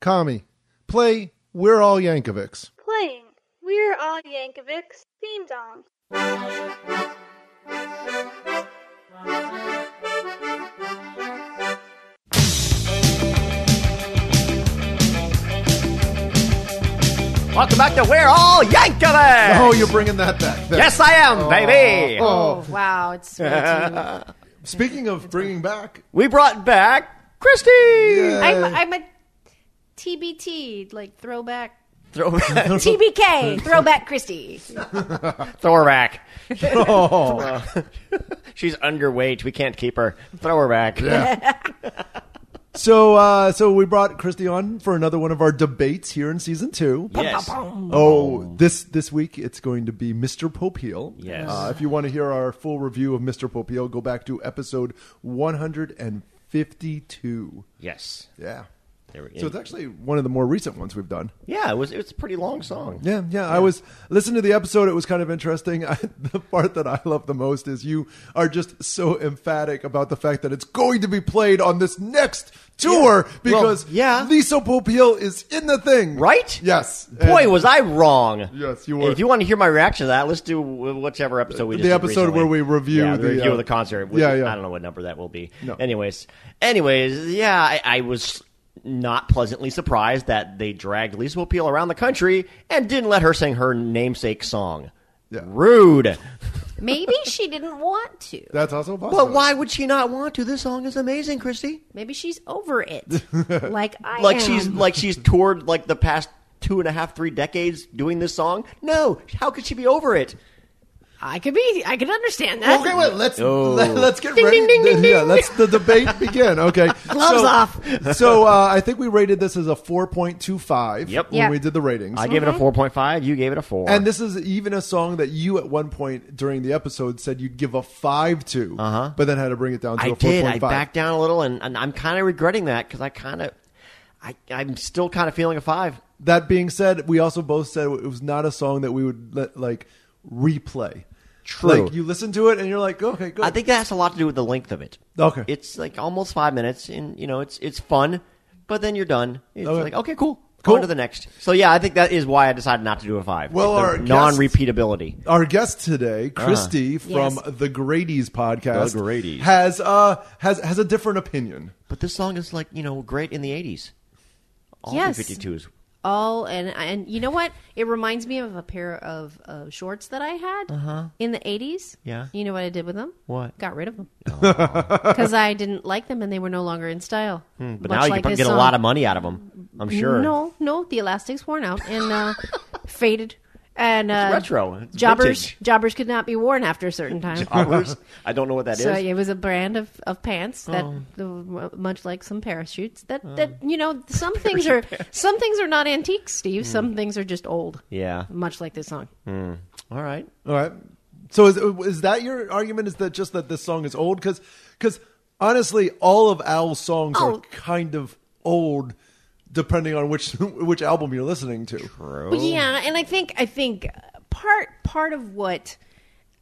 Kami, play We're All Yankovics. Playing We're All Yankovic's theme song. Welcome back to We're All Yankovic! Oh, you're bringing that back. That- yes, I am, baby! Oh, wow, it's way too- speaking of bringing back, We brought back Christy! I'm, I'm a TBT, like throwback. Throw, throw TBK, throwback Christie. her back. Oh. She's underweight. We can't keep her. Throw her back. so uh, so we brought Christy on for another one of our debates here in season two. Yes. Oh, this this week it's going to be Mr. Popeil. Yes. Uh, if you want to hear our full review of Mr. Popeil, go back to episode 152. Yes. Yeah. There we go. So it's actually one of the more recent ones we've done. yeah, it was, it was a pretty long song. Yeah, yeah. I was listening to the episode. It was kind of interesting. I, the part that I love the most is you are just so emphatic about the fact that it's going to be played on this next tour because yeah. Lisa Popeil is in the thing, Right? Yes. Boy, And was I wrong. Yes, you were. If you want to hear my reaction to that, let's do whichever episode we just The did episode recently. where we review yeah, the, the, review uh, of the concert. yeah, yeah. I don't know what number that will be. No. Anyways, anyways, yeah, I, I was not pleasantly surprised that they dragged Lisa Popeil around the country and didn't let her sing her namesake song. Yeah. Rude. Maybe she didn't want to. that's also possible. But why would she not want to? This song is amazing, Christy. Maybe she's over it. Like I Like am. she's like she's toured like the past two and a half, three decades doing this song. No, how could she be over it? I could be. I could understand that. Okay, wait. Let's Oh. let, us get Ding, ready. ding, ding, ding, yeah, ding. let's the debate begin. Okay, Gloves so, off. so uh, I think we rated this as a four point two five. Yep. when Yeah. we did the ratings. I gave it a four point five. You gave it a four. And this is even a song that you at one point during the episode said you'd give a five to, uh-huh. but then had to bring it down to I a did. I 4.5. backed down a little, and, and I'm kind of regretting that because I kind of, I I'm still kind of feeling a five. That being said, we also both said it was not a song that we would let, like replay. True. Like you listen to it and you're like, okay, good. I think that has a lot to do with the length of it. Okay. it's like almost five minutes, and you know it's it's fun, but then you're done. It's Okay. like okay, cool. Cool. Go on to the next. So yeah, I think that is why I decided not to do a five. Well, The our guest- non-repeatability. our guest today, Christy from Yes. the Grady's podcast, Uh-huh. The Grady's. has uh has has a different opinion. But this song is like you know great in the '80s. All Yes. the 52s. all and and you know what? It reminds me of a pair of uh, shorts that I had in the eighties. Uh-huh. Yeah. You know what I did with them? What? Got rid of them because I didn't like them and they were no longer in style. Hmm, But now you can get a lot of money out of them. I'm sure. No, no, the elastic's worn out and uh, faded. And uh, retro. It's jobbers, vintage. jobbers could not be worn after a certain time. Ours? I don't know what that is. Oh. So it was a brand of, of pants that, the- much like some parachutes, that, that you know, some things are some things are not antique, Steve. Some things are just old. Hmm. Yeah. much like this song. Hmm. All right. All right. So is is that your argument? Is that just that this song is old? Because honestly, all of Al's songs Oh. are kind of old, depending on which which album you're listening to. Well, yeah, and I think I think part part of what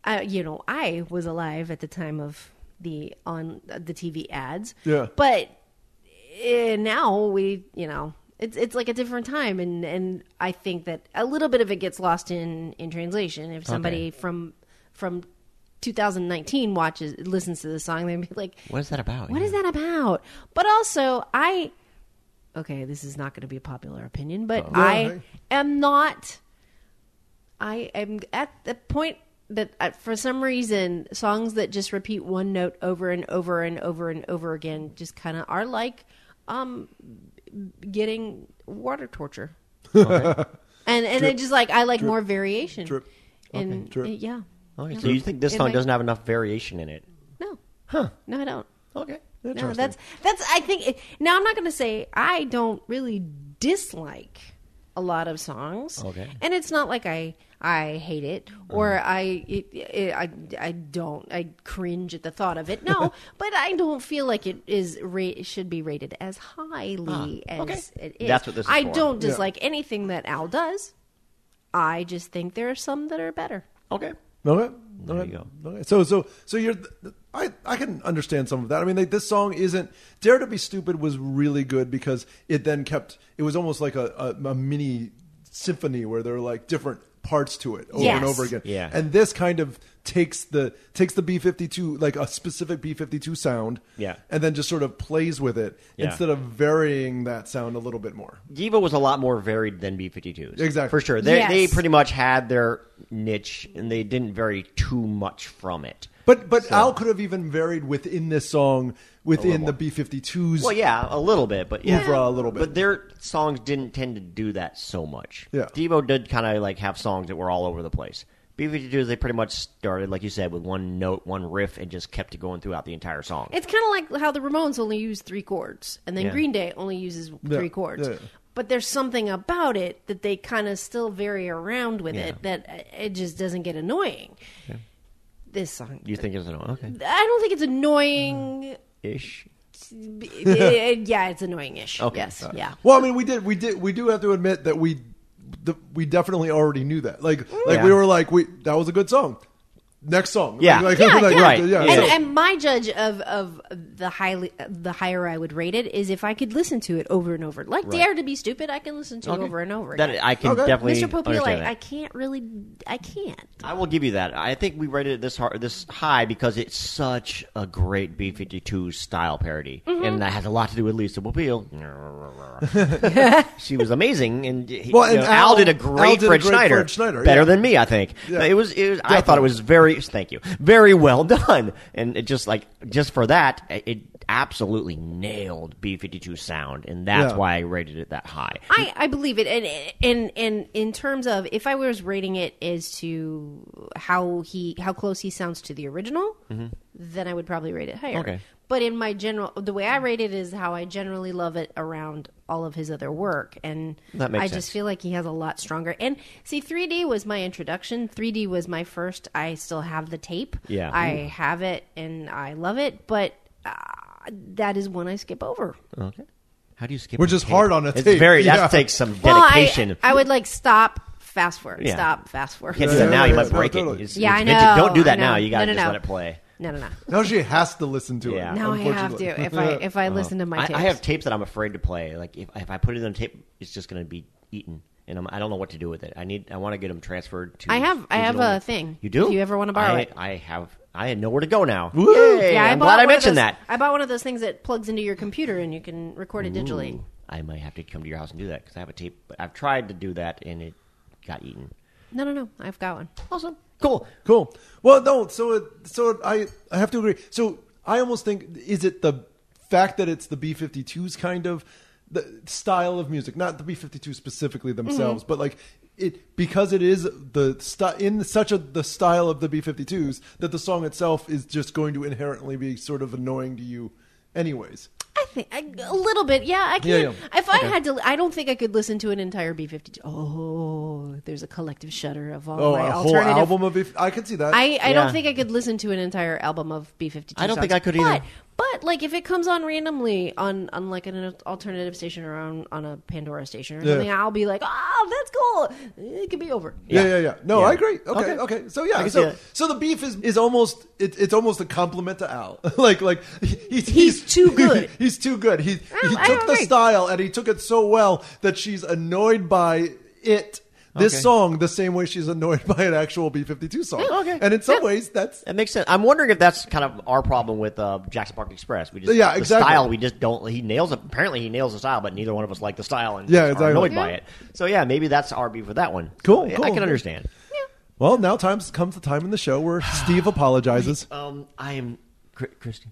uh, you know I was alive at the time of the on the TV ads. Yeah. but eh, now we you know. It's, it's like a different time, and, and I think that a little bit of it gets lost in, in translation. If somebody from from 2019 watches listens to the song, they'd be like, What is Oh, that about? what is that about? But also, I okay, this is not going to be a popular opinion, but Oh. I okay. am not. I am at the point that uh, for some reason songs that just repeat one note over and over and over and over again just kind of are like um getting water torture. and and it just like I like more variation. drip. And drip. uh, yeah. Okay, so you think this It song might- doesn't have enough variation in it? No. Huh. No, I don't. Okay. No, that's that's. I think it, now I'm not going to say I don't really dislike a lot of songs. Okay. Uh-huh. and it's not like I I hate it or I it, it, I I don't I cringe at the thought of it. No, but I don't feel like it is ra- should be rated as highly Ah, okay. as it is. That's what this is I for. don't dislike anything that Al does. I just think there are some that are better. Okay. Okay. There you Okay. So so so you're I, I can understand some of that. I mean, like, this song isn't "Dare to Be Stupid" was really good because it then kept. It was almost like a, a, a mini symphony where there were like different parts to it over and Yes. over again. Yeah. And this kind of takes the takes the B fifty two like a specific B fifty two sound. Yeah. And then just sort of plays with it Yeah. instead of varying that sound a little bit more. Diva was a lot more varied than B-52s. Exactly. For sure. They, they Yes. pretty much had their niche, and they didn't vary too much from it. But but Al could have even varied within this song within the B fifty twos. Well, yeah, a little bit, but yeah. Oeuvre a little bit. But their songs didn't tend to do that so much. Yeah. Devo did kind of like have songs that were all over the place. B-52s, they pretty much started, like you said, with one note, one riff, and just kept it going throughout the entire song. It's kind of like how the Ramones only use three chords, and then Yeah. Green Day only uses three chords. yeah. But there's something about it that they kind of still vary around with it that uh, it just doesn't get annoying. This song, you think it's an okay I don't think it's annoying. ish? B- it- yeah, it's annoying-ish. Okay. Yes, yeah. Well, I mean, we did, we did, we do have to admit that we, the, we definitely already knew that. Like, like Mm. Yeah. we were like, we that was a good song. Next song, Yeah. like, yeah, like, yeah. right, yeah. And, so- and my judge of of the highly the higher I would rate it is if I could listen to it over and over. Like Dare to Be Stupid, I can listen to it Okay. over and over. That again. I can Okay. definitely Mr. Popeil, understand I, that. I can't really, I can't. I will give you that. I think we rated it this hard, this high because it's such a great B fifty two style parody, and that has a lot to do with Lisa Popeil. she was amazing, and, he- Well, you and know, Al, Al- did a Al great, did a Fred, great Schneider, Fred Schneider, better yeah. than me, I think. Yeah. It was. It was I thought it was very. Thank you, very well done, and it just like just for that, it- it absolutely nailed B fifty two sound, and that's Yeah. why I rated it that high. I, I believe it, and and and in terms of if I was rating it as to how he how close he sounds to the original, then I would probably rate it higher. Mm-hmm. Okay. But in my general, the way I rate it is how I generally love it around all of his other work, and That makes I sense. just feel like he has a lot stronger. And see, 3D was my introduction. 3D was my first. I still have the tape. Yeah. I Ooh. have it, and I love it. But uh, that is one I skip over. Okay. How do you skip? We're on just tape? hard on a It's tape, very yeah. that takes some Well, I- dedication. I, would like stop, fast forward, Yeah. stop, fast forward. Can't do that Yeah, now. yeah, You might yeah, break no, it. totally. It's- Yeah, it's I vintage. know. Don't do I that now. know. You gotta No, no, just no. let it play. Uh, No, no, no. now she has to listen to Yeah. it. Now I have unfortunately. to if I if I listen to my Uh, uh-huh. I, tapes. I have tapes that I'm afraid to play. Like if if I put it on tape, it's just gonna be eaten, and I'm, I don't know what to do with it. I need. I want to get them transferred to. I have- I have digital. a thing. You do? If you ever wanna borrow I, it. I have. I know where to go now. Yay, Yeah, I I'm bought glad I one of mentioned those- that. I bought one of those things that plugs into your computer and you can record it digitally. I might have to come to your house and do that because I have a tape. But I've tried to do that and it got eaten. No, no, no. I've got one. Awesome. Cool. Cool. Well, no. So it, so it, I I have to agree. So I almost think is it the fact that it's the B 52s kind of the style of music, not the B 52s specifically Mm-hmm. themselves, but like it because it is the sty in such a the style of the B 52s that the song itself is just going to inherently be sort of annoying to you, anyways. I think I, a little bit. Yeah, I can. Yeah, not yeah. If I had to, I don't think I could listen to an entire B52. Oh, there's a collective shudder of all Oh, my a whole alternative album of B- I could see that. I, I Yeah. don't think I could listen to an entire album of B fifty two. I don't think I could either. But, but like if it comes on randomly on, on like an alternative station or on, on a Pandora station or Yeah. something, I'll be like, oh, that's cool. It could be over. Yeah, yeah, Yeah. yeah. No, Yeah. I agree. Okay, Okay. okay. So yeah, can see so that. so the beef is is almost it, it's almost a compliment to Al. like like he- he's He's too good. he's too good. He he I took the agree. style and he took it so well that she's annoyed by it. This Okay. song, the same way she's annoyed by an actual B fifty two song, Yeah, okay. and in some Yeah. ways that's That makes sense. I'm wondering if that's kind of our problem with uh, Jackson Park Express. We just Yeah, the exactly. style. We just don't. He nails. it. Apparently, he nails the style, but neither one of us like the style and Yeah, just are exactly. annoyed Yeah. by it. So yeah, maybe that's our beef with that one. Cool, I, cool. I can understand. well. Now times comes the time in the show where Steve apologizes. Um, I am Chri- Christy.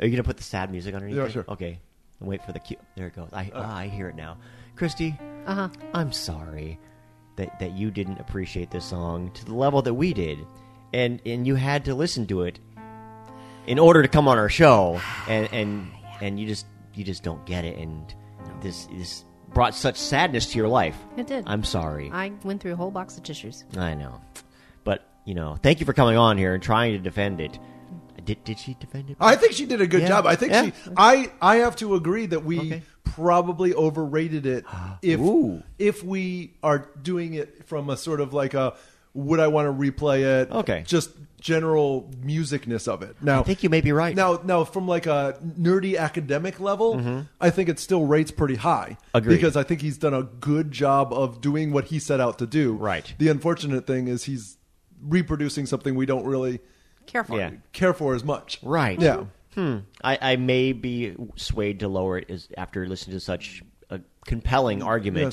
Are you gonna put the sad music underneath? Yeah, it? sure. Uh. Okay. Wait for the cue. There it goes. I ah, I hear it now. Christy, Uh-huh. I'm sorry that that you didn't appreciate this song to the level that we did, and and you had to listen to it in order to come on our show, and and and you just you just don't get it, and this this brought such sadness to your life. It did. I'm sorry. I went through a whole box of tissues. I know, but you know, thank you for coming on here and trying to defend it. Did did she defend it? I think she did a good Yeah. job. I think Yeah. she. I I have to agree that we Okay. probably overrated it if Ooh. if we are doing it from a sort of like a would I want to replay it? Okay. Just general musicness of it. Now, I think you may be right. Now, now from like a nerdy academic level, I think it still rates pretty high. Mm-hmm. Agreed. Because I think he's done a good job of doing what he set out to do. Right. The unfortunate thing is he's reproducing something we don't really Careful. Yeah. care for as much. Right. Yeah. Hmm. I, I may be swayed to lower it is after listening to such a compelling argument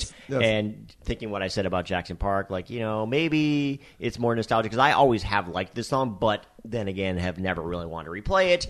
Mm, Yes, yes. and thinking what I said about Jackson Park. Like, you know, maybe it's more nostalgic because I always have liked this song, but then again, have never really wanted to replay it.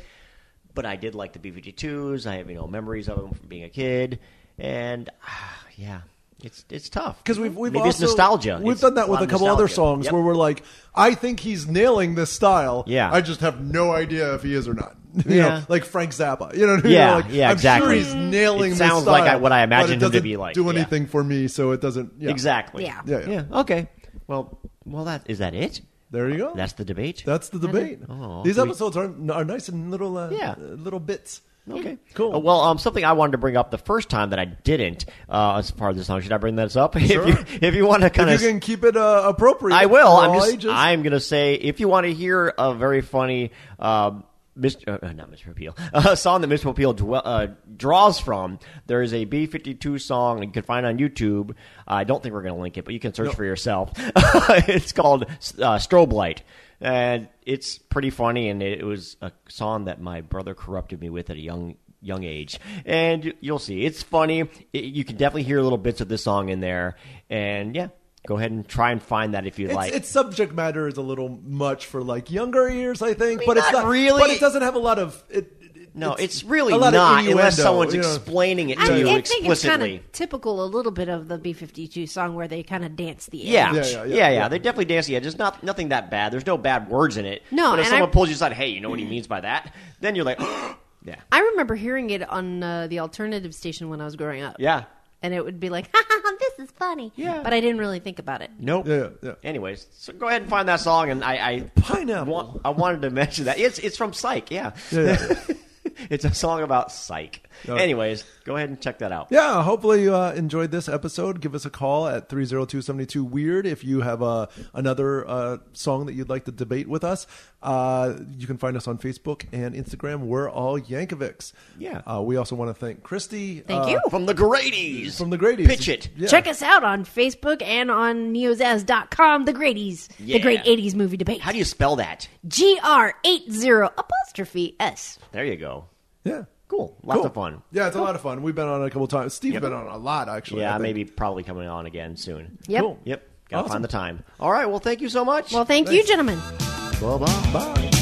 But I did like the B-52s. I have, you know, memories of them from being a kid. And, ah, yeah, it's it's tough. because we've we've Maybe it's also, nostalgia. We've It's done that with lot a of couple other nostalgia. songs Yep. where we're like, I think he's nailing this style. Yeah. I just have no idea if he is or not. You Yeah. know, like Frank Zappa. You know what I mean? Yeah, like, yeah, I'm exactly. sure he's nailing. It this sounds like I- style, what but I it imagined him to doesn't be like, Do yeah. anything for me, so it doesn't. Yeah. Exactly. Yeah. Yeah, yeah. Okay. Well, well, that is that it. There you go. That's the debate. That's the debate. Oh, These we- episodes are are nice and little. Uh, Yeah. uh, little bits. okay. Cool. Uh, well, um, something I wanted to bring up the first time that I didn't uh, as part of this song. Should I bring this up? Sure. if you if you want to kind If of you can keep it uh, appropriate, I will. for I'm all just. ages. I'm gonna say if you want to hear a very funny, um, Mr. Uh, not Mr. Appeal, a song that Mr. Appeal dwe- uh, draws from. There is a B52 song you can find on YouTube. I don't think we're gonna link it, but you can search for yourself. it's called uh, Strobe Light. And it's pretty funny, and it was a song that my brother corrupted me with at a young young age. And you- you'll see, it's funny. It, you can definitely hear little bits of this song in there. And yeah, go ahead and try and find that if you It's, like. its subject matter is a little much for like younger ears, I think. but it's not not really- But it doesn't have a lot of. It, it- no, it's, really a lot of not unless innuendo, someone's you know. explaining it to I, you I think it's kind explicitly. of typical a little bit of the B 52 song where they kind of dance the edge. Yeah. Yeah, Yeah, yeah, yeah, yeah, yeah. They definitely dance the edge. It's not nothing that bad. There's no bad words in it. No, but if and someone I- pulls you aside, hey, you know what he means by that? Then you're like, yeah, I remember hearing it on uh, the alternative station when I was growing up. yeah, And it would be like, ha ha, ha, this is funny. Yeah. But I didn't really think about it. nope. Yeah, yeah. Anyways, so go ahead and find that song, and I, I Pineapple. wa- I wanted to mention that it's it's from Psych, yeah. Yeah, yeah. Oh. it's a song about Psych. Okay. Anyways, go ahead and check that out. Yeah, hopefully you uh, enjoyed this episode. Give us a call at 302 Weird if you have uh, another uh, song that you'd like to debate with us. Uh, you can find us on Facebook and Instagram. We're all Yankovics. Yeah. Uh, we also want to thank Christy. Thank uh, you. From the Grady's. From the Grady's. Pitch it. Yeah. Check us out on Facebook and on E neozaz.com, The Greaties, Yeah. The Great 80s Movie Debate. How do you spell that? GR80 apostrophe S. There you go. Uh, Yeah. Cool. Lots Cool. of fun. Yeah, it's a lot of fun. We've been on a couple times. Steve's Yep. been on a lot, actually. I Yeah, think. maybe probably coming on again soon. Yep. Cool. Yep. Gotta Awesome. find the time. All right. Well, thank you so much. Well, thank you, gentlemen. bye bye. Bye.